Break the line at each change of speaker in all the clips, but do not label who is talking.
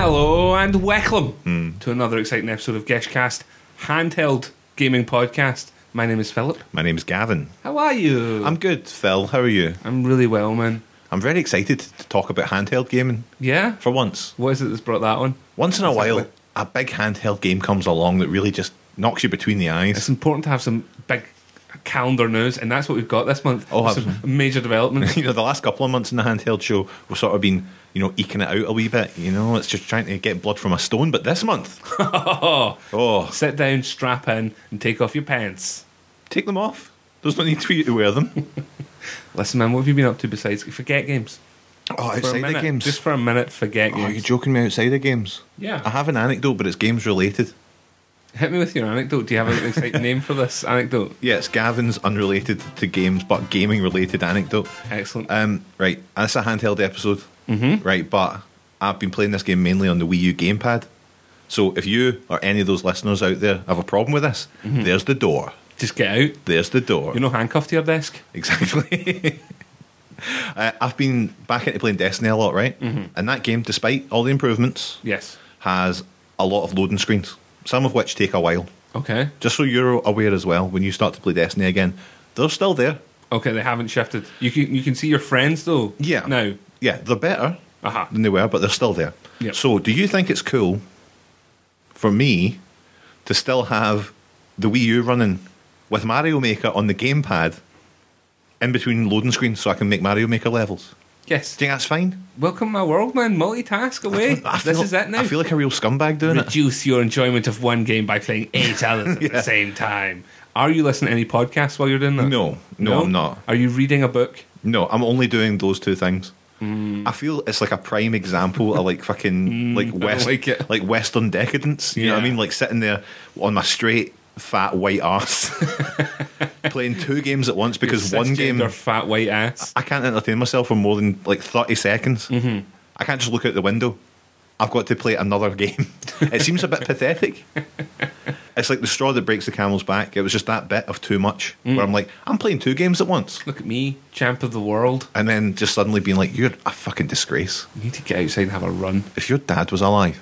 and Weckham
Hmm.
to another exciting episode of Geshcast, handheld gaming podcast. My name is Philip.
My name's Gavin.
How are you?
I'm good, Phil. How are you?
I'm really well, man.
I'm very excited to talk about handheld gaming
Yeah.
for once.
What is it that's brought that on?
Once in a
Exactly.
while, a big handheld game comes along that really just knocks you between the
It's
eyes.
important to have some big calendar news, and that's what we've got this month.
Oh,
some major developments.
You know, the last couple of months in the handheld show, we've sort of been, you know, eking it out a wee bit. You know, it's just trying to get blood from a stone. But this month, oh,
Sit down, strap in, and take off your pants.
take them off. There's no need for you to wear them.
Listen, man, what have you been up to besides forget games?
Oh,
For a
outside the
minute,
games.
Just for a minute, forget
oh, you're
games.
joking me outside the games?
Yeah.
I have an anecdote, but it's games related.
Hit me with your anecdote. Do you have an exciting name for this anecdote?
Yeah, it's Gavin's unrelated to games, but gaming related anecdote.
Excellent.
Um, right, and it's a handheld episode. Mm-hmm. Right, but I've been playing this game mainly on the Wii U gamepad. So if you or any of those listeners out there have a problem with this, there's the door.
Just get out.
There's the door.
You're not handcuffed to your desk.
Exactly. uh, I've been back into playing Destiny a lot, right? Mm-hmm. And that game, despite all the improvements,
Yes.
has a lot of loading screens, some of which take a while.
Okay.
Just so you're aware as well, when you start to play Destiny again, they're still there.
Okay, they haven't shifted. You can you can see your friends though.
Yeah.
Now.
Yeah, they're better
Aha.
than they were, but they're still there.
Yep.
So, do you think it's cool for me to still have the Wii U running with Mario Maker on the gamepad in between loading screens so I can make Mario Maker levels?
Yes.
Do you think that's fine?
Welcome my world, man. Multitask away.
I
this
feel-
is it now.
I feel like a real scumbag doing it.
Reduce your enjoyment of one game by playing eight others at the same time. Are you listening to any podcasts while you're doing that?
No, no, I'm not.
Are you reading a book?
No, I'm only doing those two things.
Mm.
I feel it's like a prime example of like fucking like
don't
west
Mm, like it.
like western decadence. You know what I
Yeah.
mean? Like sitting there on my straight fat white ass playing two games at once because one game
Their fat white ass.
I can't entertain myself for more than like thirty seconds. Mm-hmm. I can't just look out the window. I've got to play another game. it seems a bit pathetic. It's like the straw that breaks the camel's back. It was just that bit of too much
Mm.
where I'm like, I'm playing two games at once.
Look at me, champ of the world.
And then just suddenly being like, you're a fucking disgrace.
You need to get outside and have a run,
If your dad was alive,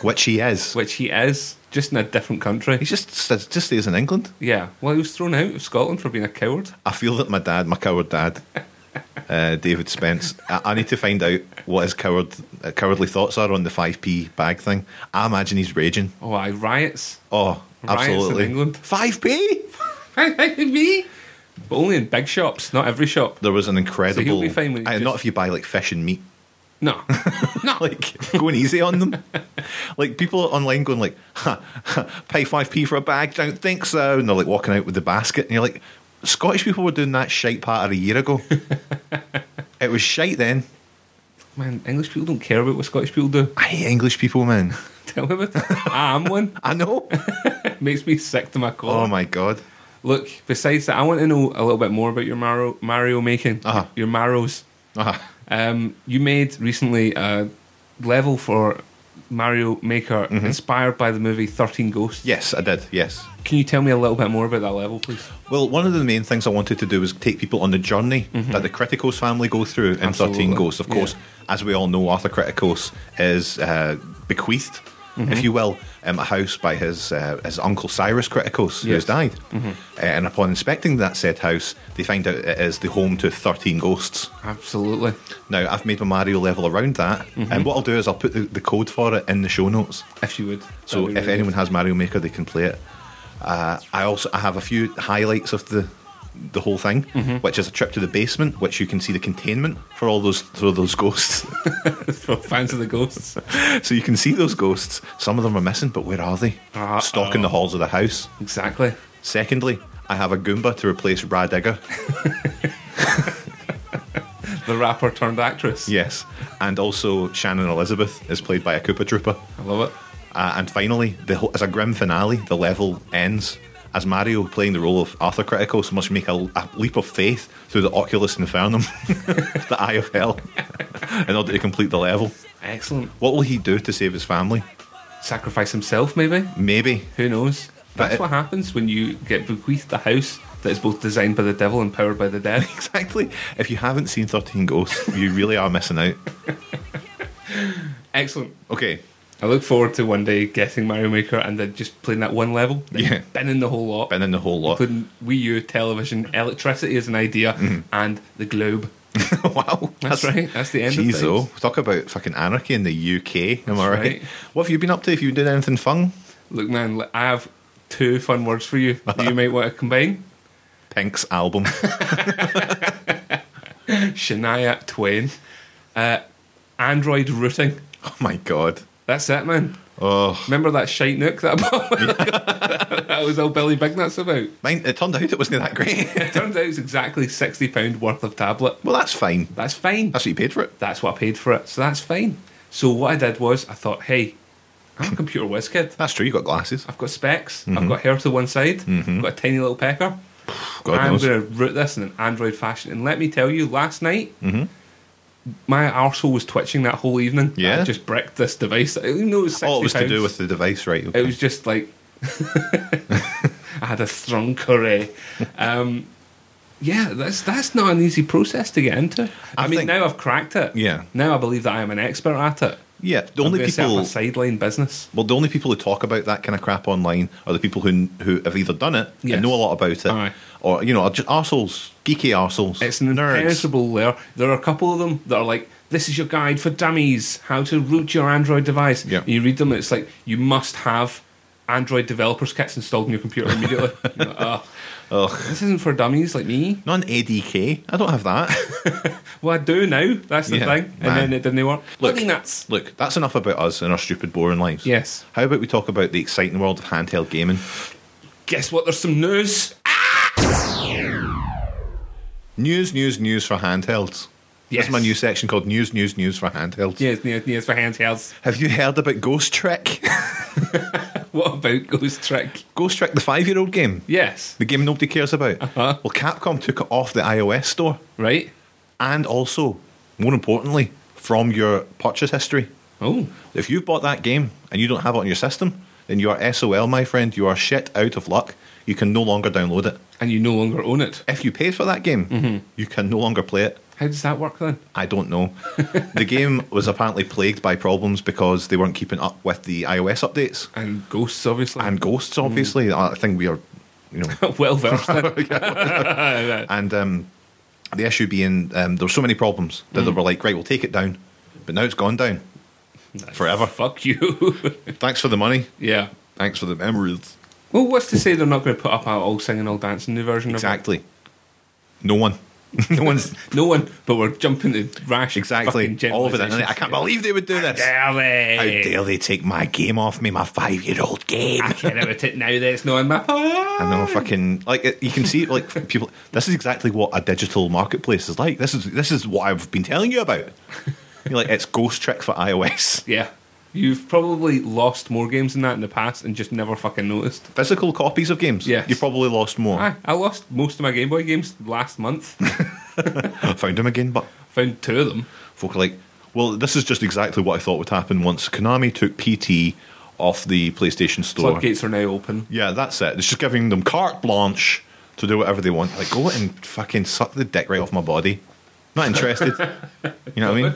which he is,
which he is, just in a different country.
he just st- just stays in England.
Yeah. Well, he was thrown out of Scotland for being a coward.
I feel that my dad, my coward dad, uh, David Spence, I, I need to find out what his coward, uh, cowardly thoughts are on the 5p bag thing. I imagine he's raging.
Oh, I riots.
Oh,
Riots in
absolutely.
England.
5p?
me? But only in big shops, not every shop.
There was an incredible.
be fine when he
Uh,
just-
Not if you buy like fish and meat.
No. No.
Like going easy on them, like people online going like, huh, huh, "Pay five p for a bag? Don't think so." And they're like walking out with the basket, and you're like, "Scottish people were doing that shite patter a year ago. it was shite then.
Man, English people don't care about what Scottish people do.
I hate English people, man.
Tell me about it. I'm one.
I know.
Makes me sick to my core.
oh my god.
Look, besides that, I want to know a little bit more about your Mario, Mario making.
Uh-huh.
Your Maros.
Uh,
Um, you made recently a level for Mario Maker
Mm-hmm.
inspired by the movie 13 Ghosts.
yes, I did. Yes.
Can you tell me a little bit more about that level, please?
Well, one of the main things I wanted to do was take people on the journey that the Criticos family go through in
Mm-hmm. Absolutely.
13 Ghosts. Of course, as we all know, Arthur Criticos is uh, bequeathed,
Mm-hmm.
if you will, um, a house by his uh, his uncle Cyrus
Yes.
Criticos,
Mm-hmm.
who's died. Uh, and upon inspecting that said house, they find out it is the home to 13 ghosts.
Absolutely.
Now, I've made my Mario level around that,
Mm-hmm.
and what I'll do is I'll put the, the code for it in the show notes.
If you would.
So
That'd be
if
really
anyone has Mario Maker, they can play it. Uh, I also I have a few highlights of the the whole thing, which is a trip to the basement, which you can see the containment for all those for those ghosts.
good. For fans of the ghosts.
so you can see those ghosts. Some of them are missing, but where are they?
Uh-oh.
Stalking the halls of the house.
Exactly.
Secondly, I have a Goomba to replace Brad Digger.
The rapper turned actress.
yes, and also Shannon Elizabeth is played by a Koopa Trooper.
I love it.
Uh, and finally, the whole, as a grim finale, the level ends as Mario, playing the role of Arthur Criticos, must make a, a leap of faith through the Oculus Infernum, the Eye of Hell, in order to complete the level.
Excellent.
What will he do to save his family?
Sacrifice himself, maybe?
Maybe.
Who knows? That's
it-
what happens when you get bequeathed a house that is both designed by the devil and powered by the dead.
Exactly. If you haven't seen 13 Ghosts, you really are missing out.
Excellent.
Okay,
I look forward to one day getting Mario Maker and then just playing that one level, then
Yeah.
binning the whole lot,
Been in the whole lot.
including Wii U, television, electricity as an idea,
Mm-hmm.
and the globe.
wow,
That's, right. That's the end
Jeez,
of
though,
things.
talk about fucking anarchy in the UK. Am I right?
right.
What have you been up to? If you did anything fun,
Look, man, li- I have two fun words for you that you might want to combine.
Pink's album.
Shania Twain, uh, Android routing.
oh my god.
That's it, man.
Oh,
Remember that shite nook that I bought? that was all Billy Bignuts about.
mine. It turned out it wasn't that great.
It turns out it's exactly sixty pound worth of tablet.
well, that's fine.
That's fine.
That's what you paid for it.
That's what I paid for it, so that's fine. So what I did was I thought, hey, I'm a computer whiz kid.
That's true. You got glasses.
I've got specs.
Mm-hmm.
I've got hair to one side. I've got a tiny little pecker.
Oh, God
I'm
knows.
going to root this in an Android fashion. And let me tell you, last night,
Mm-hmm.
my arsehole was twitching that whole evening.
Yeah?
I just bricked this device. I didn't know it was 60
All it was to
pounds.
do with the device, right?
It
okay.
was just like I had a strong curry. Um, yeah, that's that's not an easy process to get into. I,
I
mean,
think-
now I've cracked it.
Yeah.
Now I believe that I am an expert at it.
yeah. The
I'm
only
gonna set up
people
a sideline business.
Well, the only people who talk about that kind of crap online are the people who who have either done it
Yes.
and know a lot about it,
Aye.
or you know, are just arseholes, geeky arseholes.
It's an impenetrable layer. There are a couple of them that are like, this is your guide for dummies, how to root your Android device.
Yeah.
And you read them, and it's like, you must have Android developers kits installed on your computer immediately. You're like, "Ugh,
Ugh.
this isn't for dummies like me.
Non ADK. I don't have that.
Well, I do now. That's the
Yeah,
thing. And
man.
then it didn't work.
Look.
Bloody nuts.
Look, that's enough about us and our stupid, boring lives.
Yes.
How about we talk about the exciting world of handheld gaming?
Guess what? There's some news.
News, news, news for handhelds. This
Yes.
is my new section called News, News, News for Handhelds.
Yes, yes, yes, for handhelds.
Have you heard about Ghost Trick?
What about Ghost Trick?
Ghost Trick, the five year old game,
Yes.
the game nobody cares about.
Uh-huh.
Well, Capcom took it off the iOS store.
Right?
and also, more importantly, from your purchase history.
Oh.
If you've bought that game and you don't have it on your system, then you are SOL, my friend. You are shit out of luck. You can no longer download it.
And you no longer own it.
If you paid for that game, you can no longer play it.
How does that work then?
I don't know. the game was apparently plagued by problems because they weren't keeping up with the iOS updates
And ghosts, obviously.
and ghosts. Obviously, I think we are, you know,
well versed. in.
And um, the issue being um, there were so many problems that they
Mm.
were like, right, we'll take it down, but now it's gone down forever.
Fuck you.
Thanks for the money.
yeah.
Thanks for the memories.
Well, what's to say they're not going to put up our all singing, all dancing new version
Exactly. No one. no one's
of it? No one, but we're jumping to rash.
exactly
fucking
all over that. I can't believe they would do this.
Dare
How
they?
dare they take my game off me, my five year old game?
I care about it now that it's not in my
I know, fucking like it- you can see like people. This is exactly what a digital marketplace is like. This is this is what I've been telling you about. You're like it's Ghost Trick for iOS.
Yeah. You've probably lost more games than that in the past and just never fucking noticed.
Physical copies of games.
Yes.
you probably lost more.
I, I lost most of my Game Boy games last month.
Found them again, but
Found two of them.
folk are like, well, this is just exactly what I thought would happen once Konami took PT off the PlayStation Store.
Floodgates are now open.
Yeah, that's it. It's just giving them carte blanche to do whatever they want. Like, go and fucking suck the dick right off my body. Not interested. you know what I mean?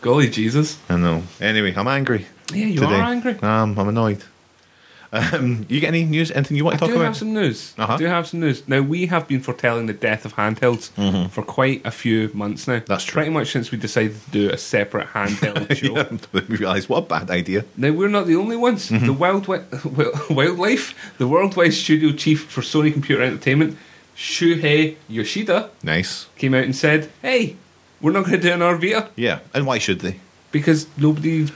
Golly Jesus.
I know. Anyway, I'm angry.
Yeah, you
today.
are angry.
Um, I'm annoyed. Um, you get any news? Anything you
I
want to talk
do
about?
have some news.
Uh-huh.
I do have some news. Now, we have been foretelling the death of handhelds for quite a few months now.
Mm-hmm. That's true.
Pretty much since we decided to do a separate handheld show.
yeah, we realise what a bad idea.
Now we're not the only ones. The wild wi- wildlife, the worldwide studio chief for Sony Computer Entertainment, Shuhei Yoshida,
Nice.
came out and said, "Hey, we're not going to do an Arvita
Yeah, and why should they?
because nobody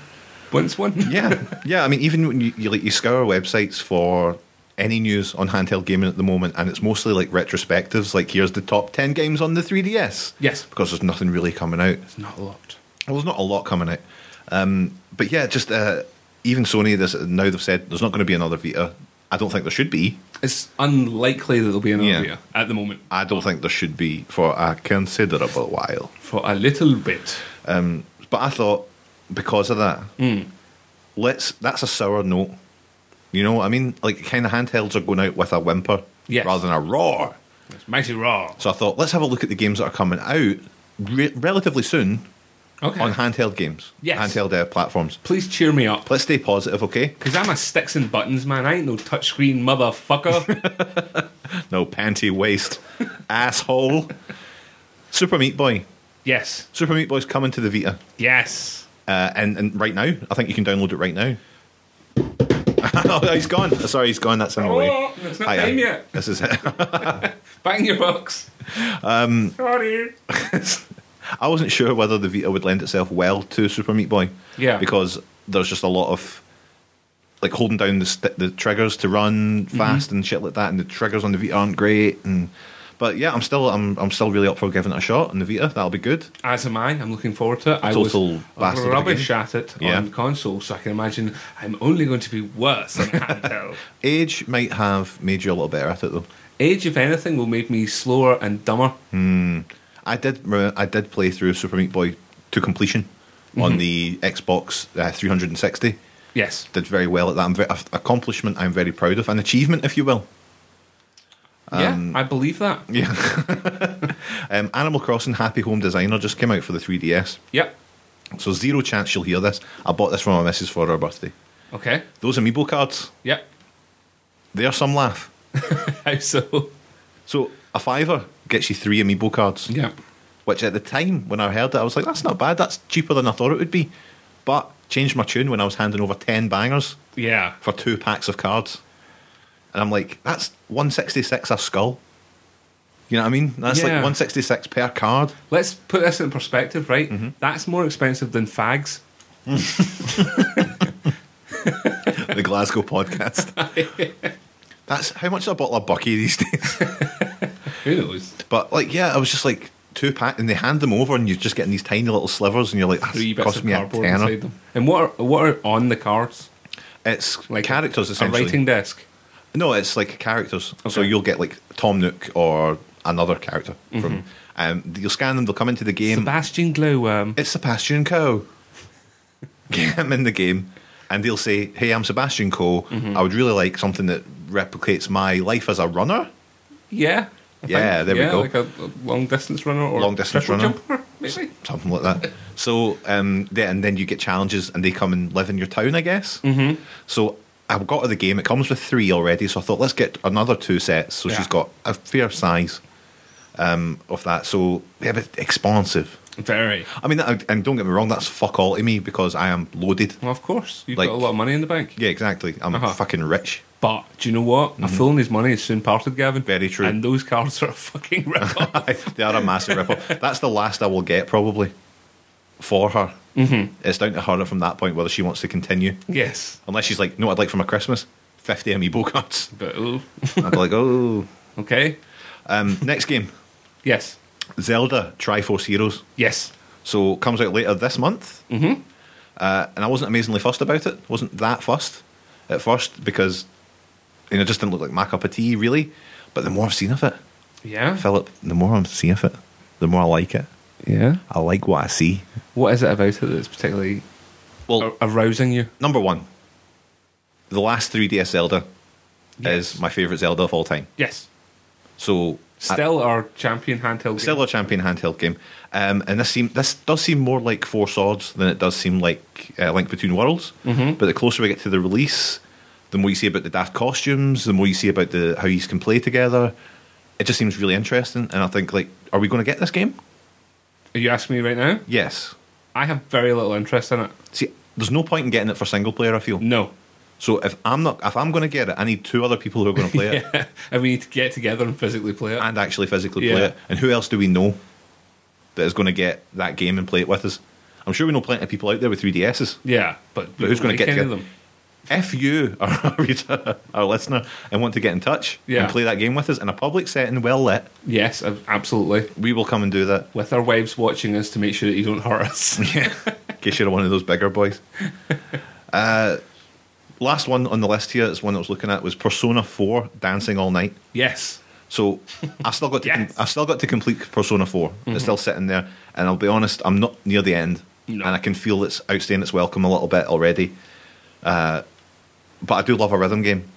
wants one."
yeah, yeah. I mean, even when you, you like you scour websites for any news on handheld gaming at the moment, and it's mostly like retrospectives. Like, here's the top ten games on the 3DS.
Yes.
because there's nothing really coming out.
It's not a lot.
Well, there's not a lot coming out. Um, but yeah, just uh, even Sony, this now they've said there's not going to be another Vita. I don't think there should be.
It's unlikely that there'll be an
Yeah.
Arvita at the moment
I don't think there should be for a considerable while.
for a little bit.
Um, but I thought because of that,
Hmm.
let's that's a sour note. You know what I mean? Like kind of handhelds are going out with a whimper
Yes.
rather than a roar.
It's mighty raw.
So I thought let's have a look at the games that are coming out re- relatively soon
Okay.
on handheld games,
Yes.
handheld uh, platforms.
Please cheer me up.
Let's stay positive, okay?
Because I'm a sticks and buttons man. I ain't no touchscreen motherfucker.
No panty waist, asshole. Super Meat Boy.
yes.
Super Meat Boy's coming to the Vita,
Yes.
uh, and and right now, I think you can download it right now. oh, he's gone. Sorry, he's gone. That's in the way.
Oh, it's not
Hiya.
time yet.
This is it.
Bang your box. Um, Sorry.
I wasn't sure whether the Vita would lend itself well to Super Meat Boy.
Yeah.
Because there's just a lot of like holding down the st- the triggers to run
Mm-hmm.
fast and shit like that, and the triggers on the Vita aren't great. And but yeah, I'm still I'm I'm still really up for giving it a shot on the Vita. That'll be good.
As am I. I'm looking forward to it. I
Total
was
bastard
rubbish
again.
at it
Yeah.
on console, so I can imagine I'm only going to be worse on handheld.
Age might have made you a little better at it though.
Age, if anything, will make me slower and dumber.
Hmm. I did re- I did play through Super Meat Boy to completion
Mm-hmm.
on the Xbox uh, 360.
Yes.
Did very well at that. I'm very, accomplishment I'm very proud of, an achievement if you will. Um,
yeah, I believe that.
Yeah. um, Animal Crossing Happy Home Designer just came out for the 3DS.
Yep.
So zero chance she'll hear this. I bought this for my missus for her birthday.
Okay.
Those amiibo cards,
Yep.
they are some laugh.
How so?
So a fiver gets you three amiibo cards,
Yep.
which at the time when I heard it, I was like, that's not bad. That's cheaper than I thought it would be. But changed my tune when I was handing over 10 bangers
Yeah.
for two packs of cards. And I'm like, that's 166 a skull. You know what I mean? That's like
Yeah.
166 per card.
Let's put this in perspective, right?
Mm-hmm.
That's more expensive than fags.
the Glasgow podcast. That's how much is a bottle of Bucky these days.
Who knows?
But like, yeah, I was just like two pack, and they hand them over, and you're just getting these tiny little slivers, and you're like,
Three
that's
bits
cost
of
me a
cardboard inside
tenner.
them. And what are, what are on the cards?
It's
Like
like characters
A
essentially.
writing desk.
No, it's like characters. So
Okay. Mm-hmm.
you'll get like Tom Nook or another character from. Um, you'll scan them. They'll come into the game.
Sebastian um, Glowworm.
it's Sebastian Coe. Get him in the game, and they'll say, "Hey, I'm Sebastian Coe.
Mm-hmm.
I would really like something that replicates my life as a runner."
Yeah. I
Yeah, there we go.
Like a, a long distance runner or
Long distance
triple
runner.
jumper, maybe.
something like that. So um, then, and then you get challenges, and they come and live in your town, I guess. Mm-hmm. So I got to the game. It comes with three already, so I thought let's get another two sets. So
Yeah.
she's got a fair size um, of that. So yeah, but expansive.
Very.
I mean, that- and don't get me wrong, that's fuck all to me because I am loaded.
Well, of course, you've
Like-
got a lot of money in the bank.
Yeah, exactly. I'm
Uh-huh.
fucking rich.
But do you know what? A fool and his money is soon parted, Gavin.
Mm-hmm. Very true.
And those cards are a fucking rip off.
they are a massive ripple. That's the last I will get probably for her. Mm-hmm. It's down to her from that point whether she wants to continue.
yes.
Unless she's like, no, I'd like for my Christmas 50 amiibo cards.
But, ooh.
I'd be like, oh.
okay.
Um, next game
Yes.
Zelda Triforce Heroes.
Yes.
So comes out later this month. Mm-hmm. Uh, and I wasn't amazingly fussed about it. Wasn't that fussed at first because you know, it just didn't look like my cup of tea, really. But the more I've seen of it,
Yeah.
Philip, the more I'm seeing of it, the more I like it.
Yeah.
I like what I see.
What is it about it that's particularly
Well,
ar- arousing you?
number one, the last 3DS Zelda is my favourite Zelda of all time.
Yes.
So I-
Still our champion handheld.
Still a champion handheld game, um, and this seem this does seem more like Four Swords than it does seem like uh, Link Between Worlds. But the closer we get to the release, the more you see about the daft costumes, the more you see about the how you can play together. It just seems really interesting, and I think like, are we going to get this game?
Game. Are you asking me right now?
Yes.
I have very little interest in it.
See, there's no point in getting it for single player. I feel
No.
so. If I'm not, if I'm going to get it, I need two other people who are going to play it
and we need to get together and physically play it.
and actually physically
Yeah.
play it. And who else do we know that is going to get that game and play it with us? I'm sure we know plenty of people out there with 3DSs.
yeah, but,
But who's
we don't
going
like
to get
any
together?
of them?
If you are a reader, our listener, and want to get in touch
Yeah.
and play that game with us in a public setting, well lit,
Yes, ab- absolutely.
we will come and do that.
With our wives watching us to make sure that you don't hurt us.
Yeah, in case you're one of those bigger boys. Uh, last one on the list here is one I was looking at was Persona Four: Dancing All Night.
yes.
So I still got to
Yes. Mm-hmm.
I still got to complete Persona 4 It's still sitting there, and I'll be honest, I'm not near the end,
No.
and I can feel it's outstaying its welcome a little bit already. Uh, but I do love a rhythm game,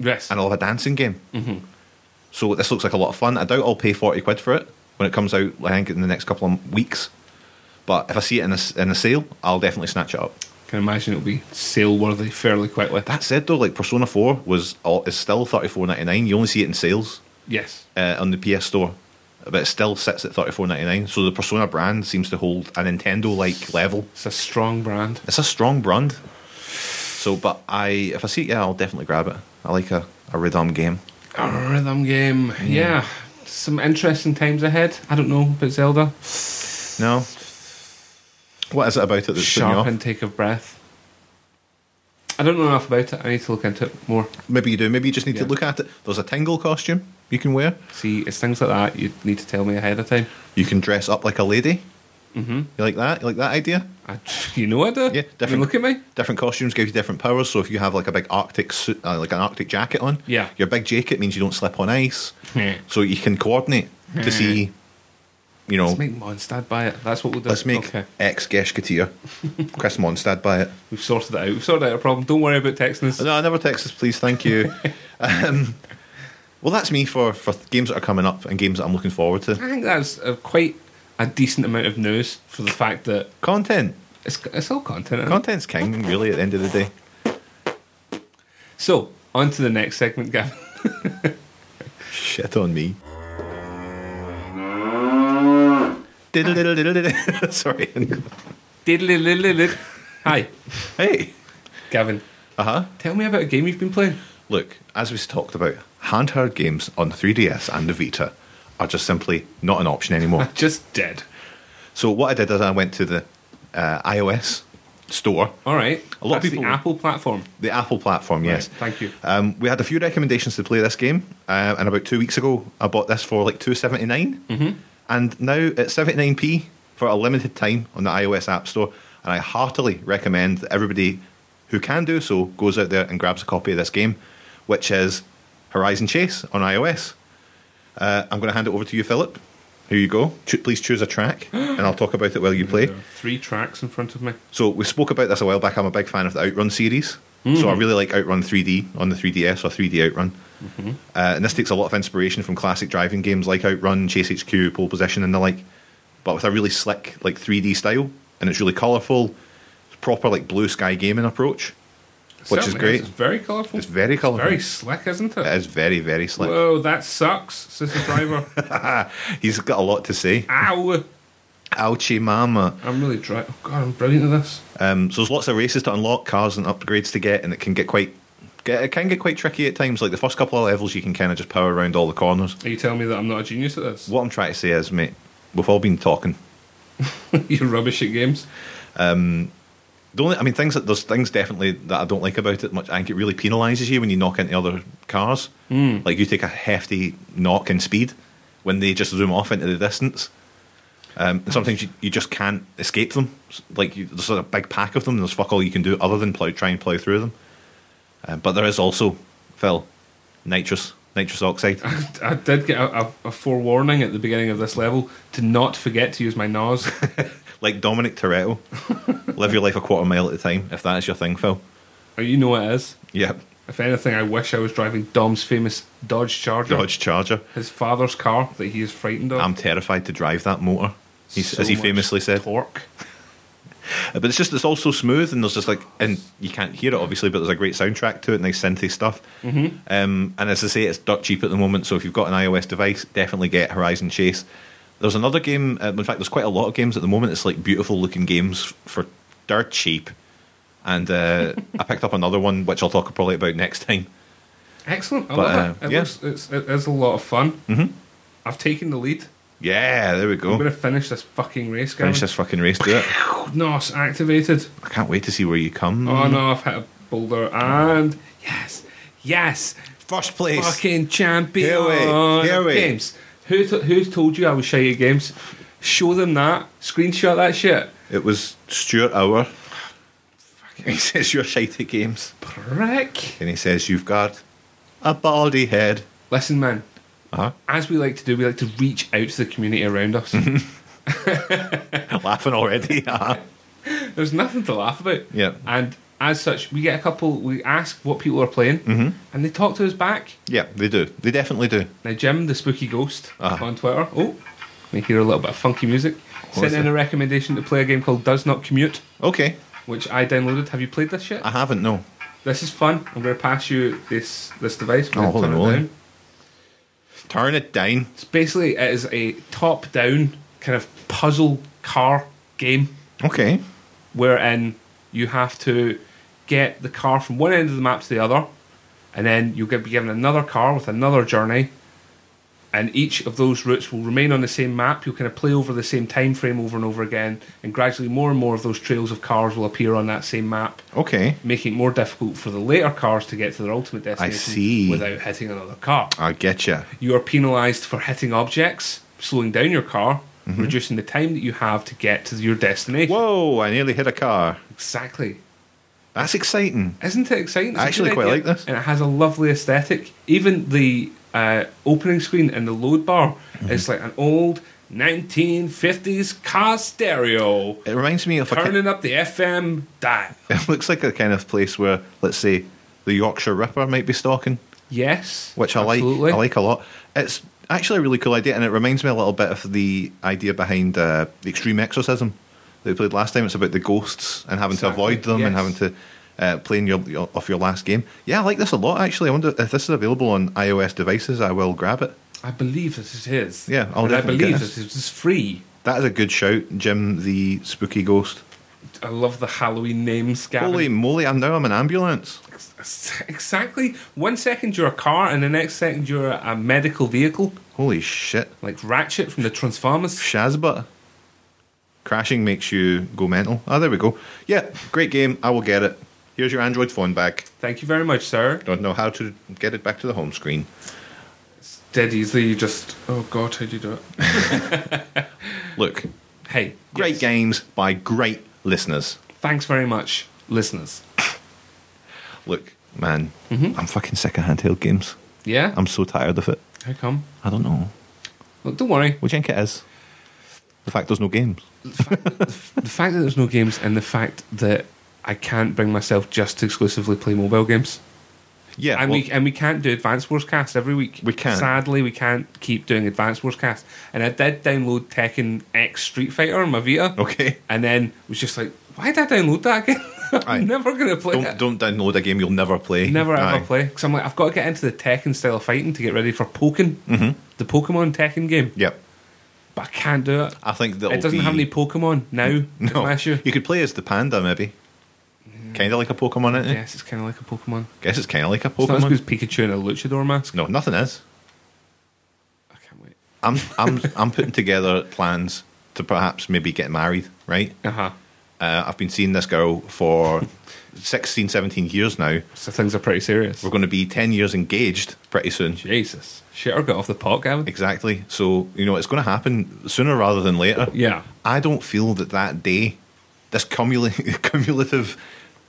Yes.
and I love a dancing game. So this looks like a lot of fun. I doubt I'll pay forty quid for it when it comes out. I think in the next couple of weeks. But if I see it in a, s- in a sale, I'll definitely snatch it up.
Can imagine it'll be sale worthy fairly quickly.
That said, though, like Persona Four was all, is still thirty four ninety nine. You only see it in sales
yes.
uh, on the PS Store, but it still sits at thirty four ninety nine. So the Persona brand seems to hold a Nintendo like level.
It's a strong brand.
It's a strong brand. So, but I if I see it, yeah, I'll definitely grab it. I like a a rhythm game.
A rhythm game.
Hmm.
Yeah. Some interesting times ahead. I don't know about Zelda.
No. What is it about it that's putting you
Sharp
off?
intake of breath. I don't know enough about it. I need to look into it more.
Maybe you do. Maybe you just need
Yeah.
to look at it. There's a tingle costume you can wear.
See, it's things like that you need to tell me ahead of time.
You can dress up like a lady. Mm-hmm. You like that? You like that idea?
I, you know I do.
Yeah,
I mean,
different.
look at me.
Different costumes give you different powers. So if you have like a big Arctic suit, uh, like an Arctic jacket on,
Yeah.
your big jacket means you don't slip on ice.
Yeah.
so you can coordinate to see, you know,
Let's make Mondstadt buy it. That's what we'll do.
let's make
Okay.
ex Geshkatir, Chris Mondstad buy it.
We've sorted it out. We've sorted out a problem. Don't worry about texting us.
No, I never text us, please. Thank you. um, well, that's me for, for games that are coming up and games that I'm looking forward to.
I think that's a, quite a decent amount of news for the fact that
Content.
it's, it's all content. isn't it?
Content's king, really, at the end of the day.
So, on to the next segment, Gavin.
Shit on me. Diddle-diddle-diddle-diddle. Sorry.
Diddly-liddly-lid. Hi,
Hey.
Gavin.
Uh huh.
Tell me about a game you've been playing.
Look, as we talked about, handheld games on the 3DS and the Vita are just simply not an option anymore.
Just dead.
so what I did is I went to the uh, iOS store,
All right.
A lot of
That's
people-
The Apple platform.
the Apple platform. Yes,
Right, thank you.
Um, we had a few recommendations to play this game, uh, and about two weeks ago, I bought this for like two seventy
Mm-hmm.
and now it's seventy nine p for a limited time on the iOS App Store. And I heartily recommend that everybody who can do so goes out there and grabs a copy of this game, which is Horizon Chase on iOS. Uh, I'm going to hand it over to you, Philip. Here you go. Cho- please choose a track, and I'll talk about it while you play.
There are three tracks in front of me.
So we spoke about this a while back. I'm a big fan of the Outrun series. So I really like Outrun 3D on the 3DS or 3D Outrun. Uh, and this takes a lot of inspiration from classic driving games like Outrun, Chase HQ, Pole Position, and the like, but with a really slick like 3D style, and it's really colourful, proper like blue sky gaming approach, which is
Certainly
great.
It's very colourful.
It's very colourful.
Very slick, isn't it?
It is very very slick.
Whoa, that sucks, says the driver.
He's got a lot to say.
Ow!
Ouchie mama.
I'm really dry. Oh, God, I'm brilliant at this.
Um, so there's lots of races to unlock, cars and upgrades to get, and it can get quite get, it can get quite tricky at times. Like the first couple of levels, you can kind of just power around all the corners.
Are you telling me that I'm not a genius at this?
What I'm trying to say is, mate, we've all been talking.
You're rubbish at games.
The only, I mean, things that there's things definitely that I don't like about it much. I think it really penalises you when you knock into other cars. Like you take a hefty knock in speed when they just zoom off into the distance. Um, and sometimes you, you just can't escape them. S- Like you, there's a big pack of them. And there's fuck all you can do other than plow, try and plow through them. Um, but there is also Phil nitrous nitrous oxide.
I did get a, a, a forewarning at the beginning of this level to not forget to use my nose.
like Dominic Toretto, live your life a quarter mile at a time if that is your thing, Phil.
Oh, you know it is.
Yep,
If anything, I wish I was driving Dom's famous Dodge Charger,
Dodge Charger.
his father's car that he is frightened of.
I'm terrified to drive that motor. He's,
So
as he
much
famously said,
torque.
but it's just it's also smooth and there's just like and you can't hear it obviously, but there's a great soundtrack to it, nice synthy stuff. Mm-hmm. Um, and as I say, it's dirt cheap at the moment, so if you've got an iOS device, definitely get Horizon Chase. There's another game. Uh, in fact, there's quite a lot of games at the moment. It's like beautiful looking games for dirt cheap. And uh, I picked up another one, which I'll talk probably about next time.
Excellent. I
But,
love
uh,
it. It
yeah.
looks, it's, it is a lot of fun. Mm-hmm. I've taken the lead.
Yeah, there we
I'm
go.
going to finish this fucking race, guys.
Finish this fucking race. Do it.
Nos activated.
I can't wait to see where you come.
Oh no, I've hit a boulder. And yes, yes,
First place.
fucking champion.
Here we- here we-
Games. Who, t- who told you I was shy at games? Show them that. Screenshot that shit.
It was Stuart Hour. He says you're shite at games,
Prick.
and he says you've got a baldy head.
Listen, man.
Uh-huh.
As we like to do, we like to reach out to the community around us.
Mm-hmm. Laughing already. uh-huh.
There's nothing to laugh about.
Yeah.
And as such, we get a couple. We ask what people are playing,
Mm-hmm.
and they talk to us back.
yeah, they do. They definitely do.
Now, Jim, the spooky ghost
Uh-huh.
on Twitter. Oh, We hear a little bit of funky music. Sent
is
in
it?
a recommendation to play a game called Does Not Commute,
Okay,
which I downloaded. Have you played this shit?
I haven't. No,
This is fun. I'm going to pass you this this device.
Oh, holy
Turn it
moly.
down.
turn it down.
It's basically it is a top down kind of puzzle car game
Okay,
wherein you have to get the car from one end of the map to the other, and then you'll get- be given another car with another journey, and each of those routes will remain on the same map. You'll kind of play over the same time frame over and over again, and gradually more and more of those trails of cars will appear on that same map,
okay,
making it more difficult for the later cars to get to their ultimate destination
see.
without hitting another car
I get you.
you are penalised for hitting objects, slowing down your car, reducing the time that you have to get to your destination.
Mm-hmm. Whoa! I nearly hit a car.
Exactly.
That's exciting.
Isn't it exciting? It's
I
a
actually
good
quite
idea,
like this.
And it has a lovely aesthetic. Even the uh, opening screen and the load bar
Mm-hmm.
is like an old 1950s car stereo.
It reminds me of a. ki-
Turning up the FM dial.
It looks like a kind of place where, let's say, the Yorkshire Ripper might be stalking.
Yes.
which I
absolutely.
like. I like a lot. It's actually a really cool idea, and it reminds me a little bit of the idea behind uh, the extreme exorcism that we played last time. It's about the ghosts and having
Exactly,
to avoid them
yes.
and having to uh, play in your, your off your last game. Yeah, I like this a lot. Actually, I wonder if this is available on iOS devices. I will grab it.
I believe that it is.
Yeah, I'll
And I
definitely get
believe
this.
that it is free.
That is a good shout, Jim, the spooky ghost.
I love the Halloween names, Gavin.
Holy moly! I'm now I'm an ambulance.
Exactly. One second you're a car, and the next second you're a medical vehicle,
Holy shit!
like Ratchet from the Transformers.
Shazbot. Crashing makes you go mental. Ah, there we go. Yeah, great game. I will get it. Here's your Android phone back.
Thank you very much, sir.
Don't know how to get it back to the home screen.
It's dead easy. You just oh god, how do you do it?
Look,
Hey,
great
yes.
games by great listeners.
Thanks very much, listeners.
Look, man,
Mm-hmm.
I'm fucking sick of handheld games.
Yeah,
I'm so tired of it.
how come?
I don't know.
Look, don't worry.
What do you think it is? The fact there's no games.
The fact that there's no games, and the fact that I can't bring myself just to exclusively play mobile games,
Yeah,
and
well,
we and we can't do Advanced Wars Cast every week.
We can't.
Sadly, we can't keep doing Advanced Wars Cast. And I did download Tekken X Street Fighter on my Vita.
okay.
and then was just like, why did I download that again? I'm
Aye.
never going to play
Don't
it.
don't download a game you'll never play.
never
Aye.
ever play. Because I'm like, I've got to get into the Tekken style of fighting to get ready for Pokken, mm-hmm. the Pokemon Tekken game.
Yep.
But I can't do it.
I think that
It doesn't
be...
have any Pokemon now. No.
No,
Issue.
you could play as the panda maybe. Kind of like a Pokemon, isn't it?
Yes, it's kind of like a Pokemon.
Guess it's kind of like a
It's not as
Pokemon.
good as Pikachu and a Luchador mask.
no, nothing is.
I can't wait.
I'm I'm I'm putting together plans to perhaps maybe get married. Right?
Uh huh.
Uh, I've been seeing this girl for 16, 17 years now.
So things are pretty serious.
We're going to be ten years engaged pretty soon.
Jesus. Shit, or got off the pot, Gavin.
Exactly. So you know it's going to happen sooner rather than later.
Yeah.
I don't feel that that day, this cumul- cumulative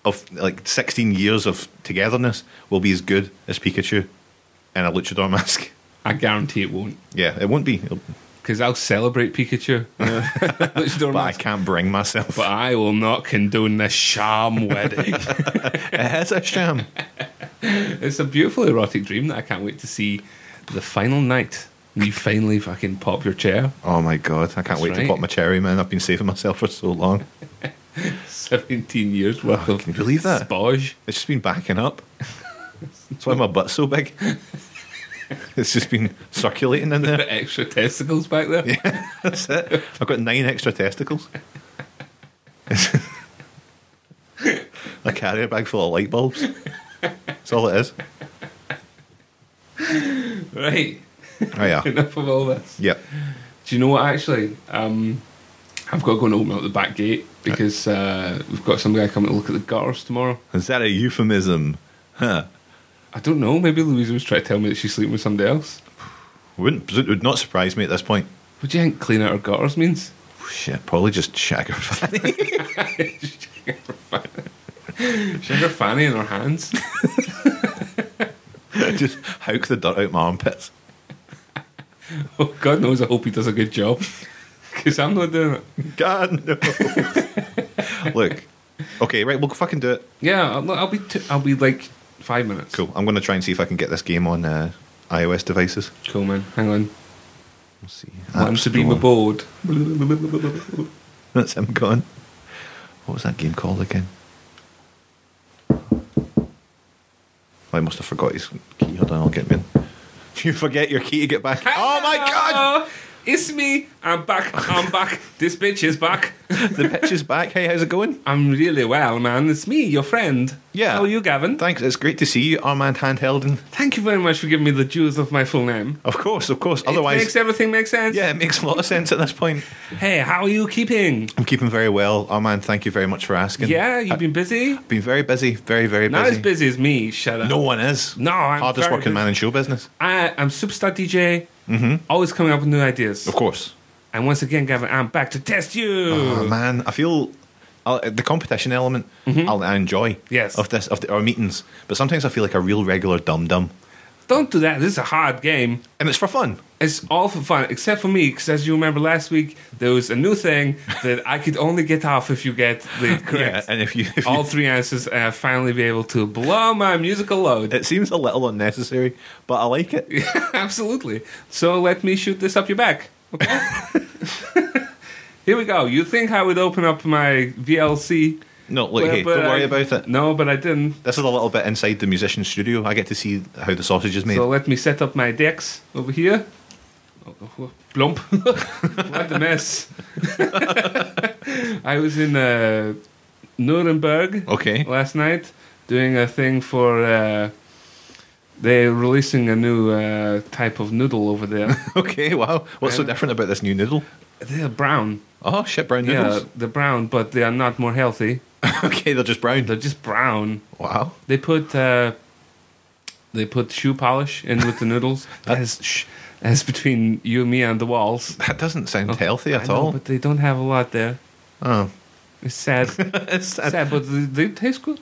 of like 16 years of togetherness will be as good as Pikachu and a Luchador mask.
I guarantee it won't.
Yeah, it won't be,
Because I'll celebrate Pikachu. Luchador
but I
mask.
can't bring myself.
But I will not condone this sham wedding.
it's a sham.
It's a beautiful erotic dream that I can't wait to see the final night. when You finally fucking pop your chair.
Oh my god, I can't
That's
wait to
right.
pop my cherry, man. I've been saving myself for so long.
17 years worth of
can you Oh, believe that?
spoj.
It's just been backing up. That's why my butt's so big. It's just been circulating in there.
The extra testicles back there.
That's it. I've got nine extra testicles. I carry a bag full of light bulbs. That's all it is.
Right.
Oh yeah.
Enough of all this.
Yep.
Do you know what, actually? Um, I've got to go and open up the back gate because uh, we've got some guy coming to look at the gutters tomorrow.
Is that a euphemism? Huh.
I don't know. Maybe Louisa was trying to tell me that she's sleeping with somebody else.
Wouldn't it would not surprise me at this point. Oh,
What do you think clean out her gutters means?
Shit, probably just shag her
She had her fanny in her hands.
Just howk the dirt out my armpits.
Oh, God knows, I hope he does a good job. Because I'm not doing it.
God no. Look. Okay, right, we'll fucking do it.
Yeah, I'll, I'll be t- I'll be like five minutes.
Cool. I'm gonna try and see if I can get this game on uh, iOS devices.
cool, man. Hang on.
Let's see.
Once to be my
Store.
board.
Oh That's him gone. What was that game called again? I must have forgot his key. Hold on, I'll get me in. You forget your key to get back. Oh my god!
It's me. I'm back. I'm back. This bitch is back.
The pitch is back. Hey, how's it going?
I'm really well, man. It's me, your friend.
Yeah.
How are you, Gavin?
Thanks, it's great to see you, Armand Handhelden.
Thank you very much for giving me the jewels of my full name.
Of course, of course.
it
Otherwise,
makes everything make sense.
yeah, it makes a lot of sense at this point.
Hey, how are you keeping?
I'm keeping very well, Armand. Thank you very much for asking.
Yeah, you've been busy.
Been very busy, very, very
Not as
busy.
busy as me. Shut up.
No one is.
No, I'm
hardest
very
working man in show business.
I, I'm superstar DJ. Mm-hmm. Always coming up with new ideas.
Of course.
And once again, Gavin, I'm back to test you.
Oh, man, I feel i the competition element I'll, I enjoy.
Mm-hmm. Yes.
of this of the, our meetings, but sometimes I feel like a real regular dum dum,
Don't do that. This is a hard game.
and it's for fun.
It's all for fun, except for me, because as you remember last week, there was a new thing that I could only get off if you get the
Yeah,
correct
and if you, if you
all three answers, and I finally be able to blow my musical load.
it seems a little unnecessary, but I like it.
Absolutely. So let me shoot this up your back. Okay. Here we go. You think I would open up my VLC?
No, look,
Well,
hey,
but
don't worry
I-
about it.
No, but I didn't.
This is a little bit inside the musician studio. I get to see how the sausage is made.
So let me set up my decks over here. Oh, oh, Plump. what a mess. I was in uh, Nuremberg
okay,
last night doing a thing for. Uh, they're releasing a new uh, type of noodle over there.
okay, wow. What's so different about this new noodle?
they're brown.
Oh shit, brown
Yeah,
noodles.
they're brown, but they are not more healthy.
okay, they're just brown.
They're just brown.
Wow.
They put uh, they put shoe polish in with the noodles. that's shh, that's between you, me, and the walls.
That doesn't sound healthy
Oh, I
at
know,
all.
but they don't have a lot there.
oh.
It's sad,
It's-
sad, but they, they taste good.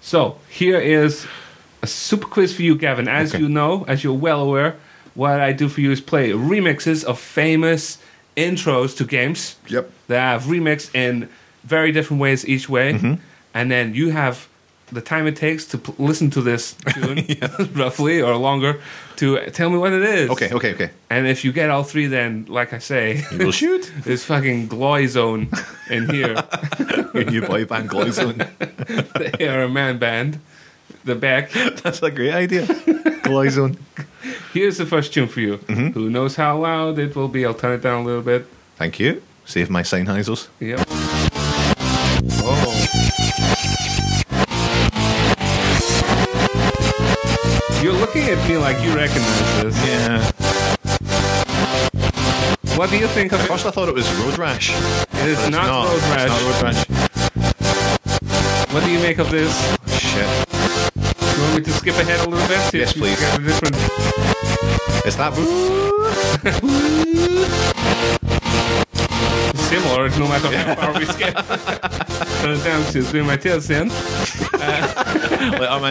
So here is a super quiz for you, Gavin. As
Okay.
you know, as you're well aware, what I do for you is play remixes of famous intros to games.
Yep.
They have remixed in very different ways each way,
Mm-hmm.
and then you have the time it takes to pl- listen to this tune, roughly or longer, to tell me what it is.
Okay, okay, okay.
And if you get all three, then like I say,
You will shoot.
there's fucking glory zone in here.
Your new boy band Gloizone.
they are a man band. The back.
That's a great idea. Gloizone.
Here's the first tune for you.
Mm-hmm.
Who knows how loud it will be? I'll turn it down a little bit.
Thank you. Save my Sennheisers.
Yep. Oh. You're looking at me like you recognize this.
Yeah.
What do you think of it?
First I thought it was Road Rash.
It is
But it's
not Road
It's
Rash.
not Road Rash.
What do you make of this?
Shit.
You want me to skip ahead a little bit? See if
Yes,
you
please.
Get a different...
Is that Road
Similar, no matter how far we skip. Turn it down, she's doing my tails in.
like, I'm,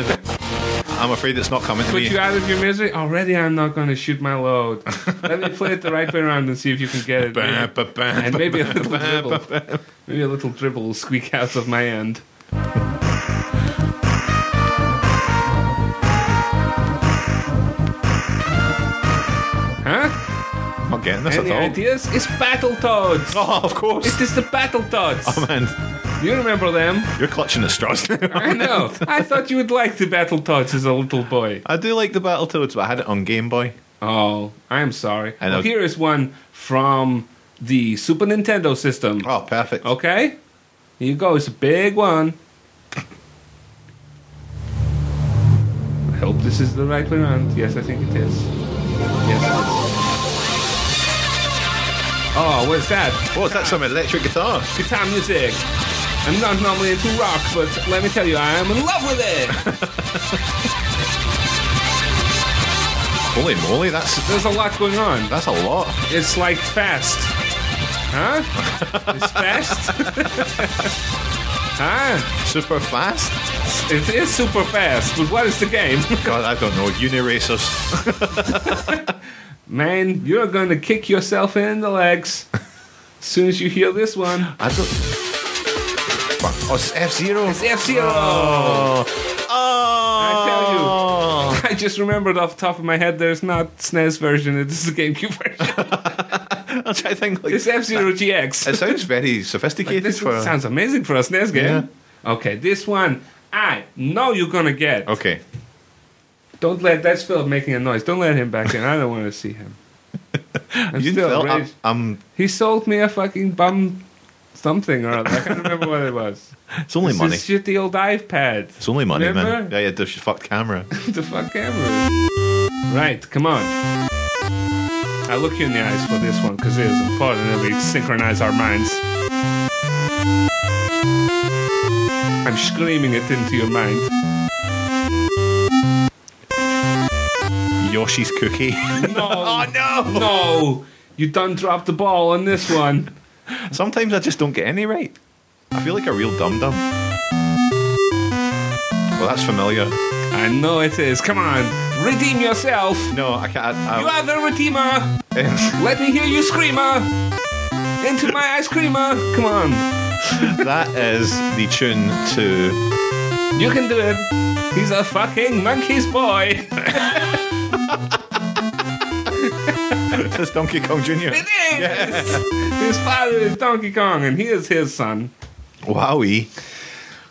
I'm afraid it's not coming to
Put
me.
you out of your misery? Already I'm not going to shoot my load. Let me play it the right way around and see if you can get it.
Bah, bah, bah,
And
bah,
maybe a
bah,
little
bah, bah,
dribble. Maybe a little dribble will squeak out of my end. Huh?
I'm not getting this
Any
at all.
ideas? It's Battletoads!
Oh, of course.
It is the Battletoads!
Oh man,
You remember them?
you're clutching at straws. now.
I know. I thought you would like the Battletoads as a little boy.
I do like the Battletoads, but I had it on Game Boy.
Oh, I'm sorry.
I know.
Well, here is one from the Super Nintendo system.
Oh, perfect.
Okay? Here you go. It's a big one. I hope this is the right way around. Yes, I think it is. Yes, it is. Oh, what's that?
What's that? Some electric guitar.
Guitar music. I'm not normally into rock, but let me tell you, I am in love with it.
Holy moly, that's
There's a lot going on.
that's a lot.
It's like fast. Huh? It's fast? huh?
Super fast.
It is super fast, but what is the game?
God, I don't know. Uniracers.
Man, you're gonna kick yourself in the legs as soon as you hear this one.
I don't. Fuck. Oh, F Zero.
It's F Zero!
Oh.
I tell you.
I
I just remembered off the top of my head there's not SNES version, it's the GameCube version.
I'm trying to think. Like,
It's F Zero GX.
it sounds very sophisticated.
This
for,
sounds amazing for a SNES game. Okay, this one I know you're gonna get.
okay.
Don't let that's Philip making a noise. Don't let him back in. I don't want to see him. I'm
You
still
felt- I'm,
outraged.
I'm-
He sold me a fucking bum something or other. I can't remember what it was.
it's only
This
money.
is shitty old iPad.
It's only money, man.
Remember?
Yeah, yeah, the sh- fucked camera.
the fuck ever. Right, come on. I look you in the eyes for this one because it is important that we synchronize our minds. I'm screaming it into your mind.
Yoshi's cookie.
No.
oh no!
No, you done dropped the ball on this one.
Sometimes I just don't get any right. I feel like a real dum dum. Well, that's familiar.
I know it is. Come on, redeem yourself.
No, I can't.
You
I,
are the redeemer.
I,
Let me hear you screamer. Into my ice creamer. Come on,
that is the tune to.
you can do it. He's a fucking monkey's boy.
It's Donkey Kong Jr.
It is. His father is Donkey Kong, and he is his son.
Wowie.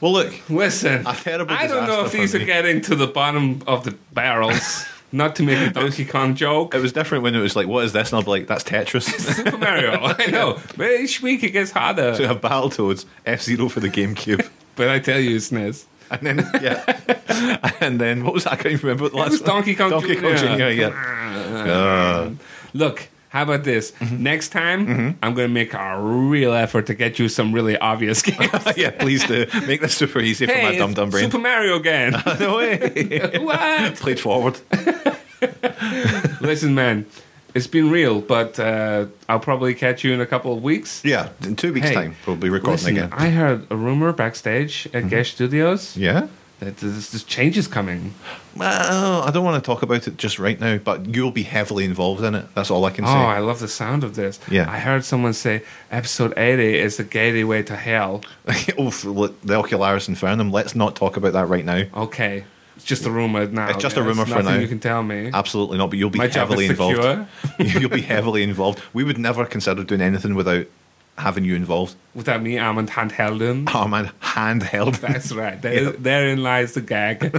Well, look,
Listen,
A terrible
I don't know
disaster
if
for
these are
me.
getting to the bottom of the barrels. Not to make a Donkey Kong joke.
it was different when it was like, what is this? And I'll be like, that's Tetris.
Super Mario, I know. But each week it gets harder.
so I have Battletoads, F Zero for the GameCube.
But I tell you, SNES.
And then, yeah. and then, what was that? I can't even remember what the
It
last
was
one-
Donkey Kong
Donkey Kong
Jr.
Jr. Yeah. Uh,
Look, how about this?
Mm-hmm.
Next time, I'm going to make a real effort to get you some really obvious games.
yeah, please do. Make this super easy for my
hey,
dumb dumb
it's
brain.
Super Mario again.
no way.
what?
Played forward.
Listen, man, it's been real, but uh, I'll probably catch you in a couple of weeks.
Yeah, in two weeks'
Hey,
time, we'll be recording
Listen,
again. Mm-hmm.
I heard a rumor backstage at Gesh Studios
Yeah?
that this, this change is coming.
Well, I don't want to talk about it just right now, but you'll be heavily involved in it. That's all I can
Oh,
say.
I love the sound of this.
Yeah.
I heard someone say episode 80 is the gateway to hell.
Oof, look, the Ocularis Infernum, let's not talk about that right now.
Okay. It's just a rumor now.
It's just a
There's
rumor for
nothing
now.
You can tell me.
Absolutely not, but you'll be
My job
heavily
is to
involved.
cure.
you'll be heavily involved. We would never consider doing anything without having you involved.
Without me, I'm handheld in.
Oh man, handheld.
That's right. There, Therein lies the gag.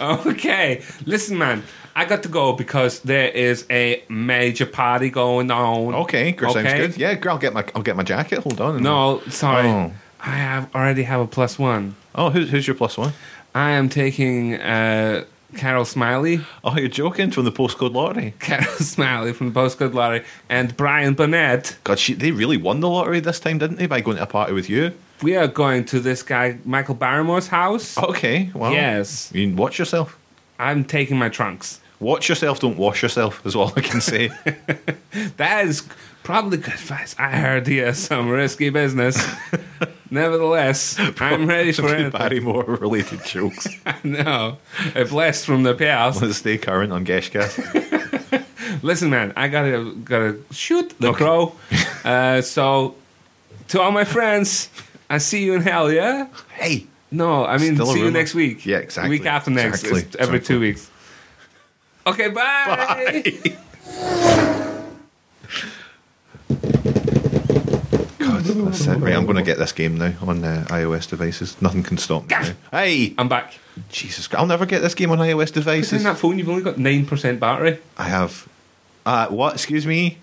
okay. Listen, man, I got to go because there is a major party going on.
okay, Chris, sounds good. Yeah, I'll get my I'll get my jacket. Hold on.
No, sorry.
Oh.
I have already have a plus one.
Oh, who's who's your plus one?
I am taking uh, Carol Smiley,
Oh, you're joking from the postcode lottery.
Carol Smiley from the Postcode Lottery, and Brian Burnett.
God, she, they really won the lottery this time, didn't they? By going to a party with you.
We are going to this guy Michael Barrymore's house.
Okay, well,
Yes.
You can watch yourself.
I'm taking my trunks.
Watch yourself. Don't wash yourself. Is all I can say.
That is probably good advice. I heard he has some risky business. Nevertheless, I'm ready for
Some good
anything.
Barrymore related jokes.
no, a blast from the past.
Let's stay current on Geshcast.
Listen, man, I gotta gotta shoot the crow. Uh, so, to all my friends, I see you in hell. Yeah.
hey,
No, I mean
Still a
see you
rumor.
next week.
Yeah, exactly.
Week after next,
Exactly.
It's every
Exactly.
two weeks. Okay, bye.
God, that's it. Right, I'm going to get this game now on uh, iOS devices. Nothing can stop me. Now. Hey,
I'm back.
Jesus, Christ, I'll never get this game on iOS
Isn't
devices.
that phone? You've only got nine percent battery.
I have. Uh, what? Excuse me.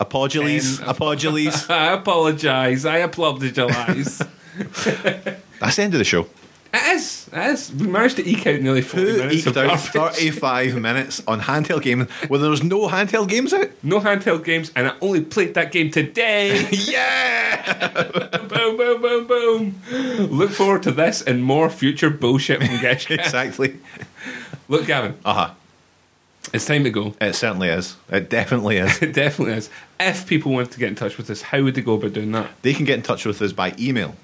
Apologies.
Um,
Apologies.
I apologize. I apologize.
That's the end of the show.
As as we managed to eke out nearly forty
Who
minutes of
eked out
garbage.
35 minutes on handheld gaming when there was no handheld games out?
No handheld games, and I only played that game today.
Yeah!
boom, boom, boom, boom. Look forward to this and more future bullshit from Geshka.
exactly.
Look, Gavin,
Uh huh.
it's time to go.
It certainly is. It definitely is.
It definitely is. If people want to get in touch with us, how would they go about doing that?
They can get in touch with us by email.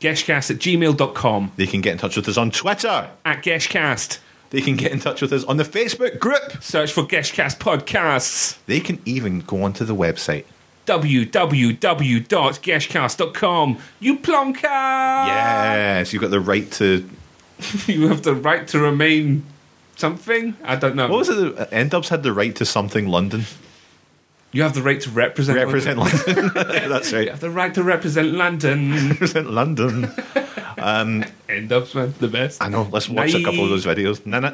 Geshcast at gmail.com.
They can get in touch with us on Twitter.
At Geshcast.
They can get in touch with us on the Facebook group.
Search for Geshcast Podcasts.
They can even go onto the website.
www.geshcast.com. You plonker! Ah.
Yes, you've got the right to
You have the right to remain something. I don't know.
What was it? that- N Dubs had the right to something London.
You have the right to represent.
Represent
London.
London. That's
You
right.
have the right to represent London.
Represent London.
End up man, the best.
I know. Let's watch a couple of those videos. Nah, nah.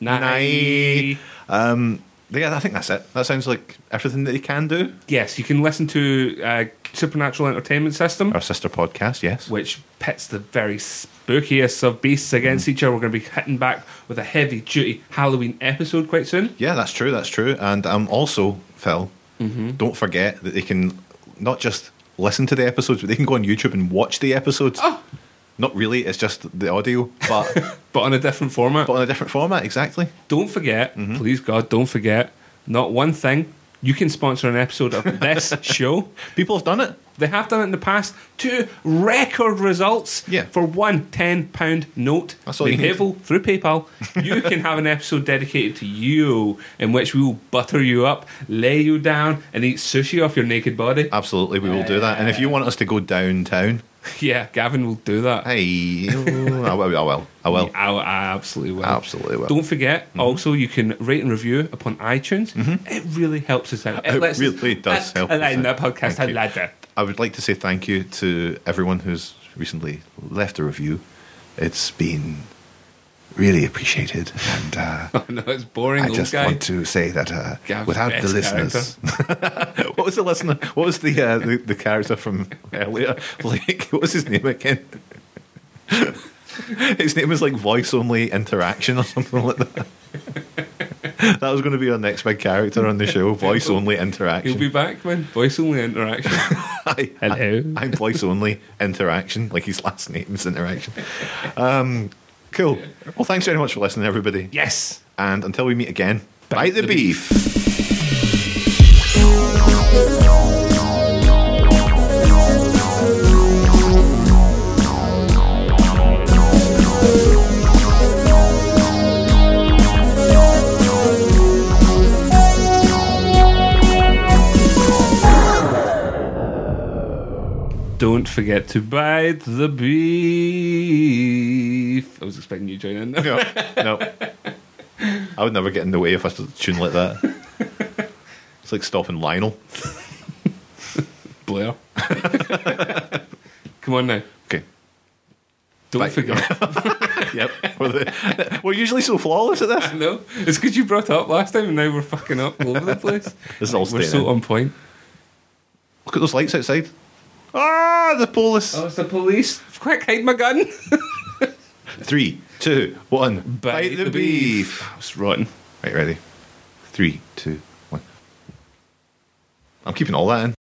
Nah.
Nai. Yeah, I think that's it. That sounds like everything that they can do.
Yes, you can listen to uh, Supernatural Entertainment System.
Our sister podcast, yes.
which pits the very spookiest of beasts
Mm.
against each other. We're going to be hitting back with a heavy duty Halloween episode quite soon.
Yeah, that's true. That's true. And um, also, Phil, don't forget that they can not just listen to the episodes, but they can go on YouTube and watch the episodes.
Oh.
Not really. It's just the audio, but
But on a different format.
but Mm-hmm. on a different format. Exactly.
don't forget, please God, don't forget, not one thing. You can sponsor an episode of this show.
People have done it.
They have done it in the past to record results
Yeah.
for one £10 note.
That's all
Made
you need.
payable through PayPal. You can have an episode dedicated to you in which we will butter you up, lay you down, and eat sushi off your naked body.
Absolutely, we will do that. And if you want us to go downtown,
Yeah, Gavin will do that.
hey, oh, I will. I will. I will.
I, I absolutely will.
I absolutely will. Mm-hmm.
Don't forget, also, you can rate and review upon iTunes. It really helps us out.
It
lets
really does help us
align
out.
the podcast
Thank
a
you.
ladder.
I would like to say thank you to everyone who's recently left a review. It's been really appreciated, and uh,
Oh, no, it's boring,
I
old
just
guy.
want to say that uh,
Gav's
without the
best
listeners, what was the listener? What was the, uh, the the character from earlier? Like, what was his name again? his name was like voice only interaction or something like that. that was going to be our next big character on the show. Voice only interaction.
He'll be back, man. Voice only interaction.
I,
Hello.
I, am voice only interaction, like his last name is interaction. Um, cool. Well, thanks very much for listening, everybody.
yes.
And until we meet again, bite, the,
the
beef.
Don't forget to bite the beef. I was expecting you to join in. there.
No, no. I would never get in the way if I stood a tune like that. It's like stopping Lionel.
Blair. Come on now.
Okay.
Don't
Bite.
forget.
Yep. We're, the, we're usually so flawless at this.
no, it's because you brought it up last time and now we're fucking up all over the place.
This is all
We're
staying
so
in.
on point.
Look at those lights outside. Ah, the police.
Oh, it's the police. Quick, hide my gun.
Three, two, one. Bite, the, beef.
It's rotten.
Right, ready? Three, two, one. I'm keeping all that in.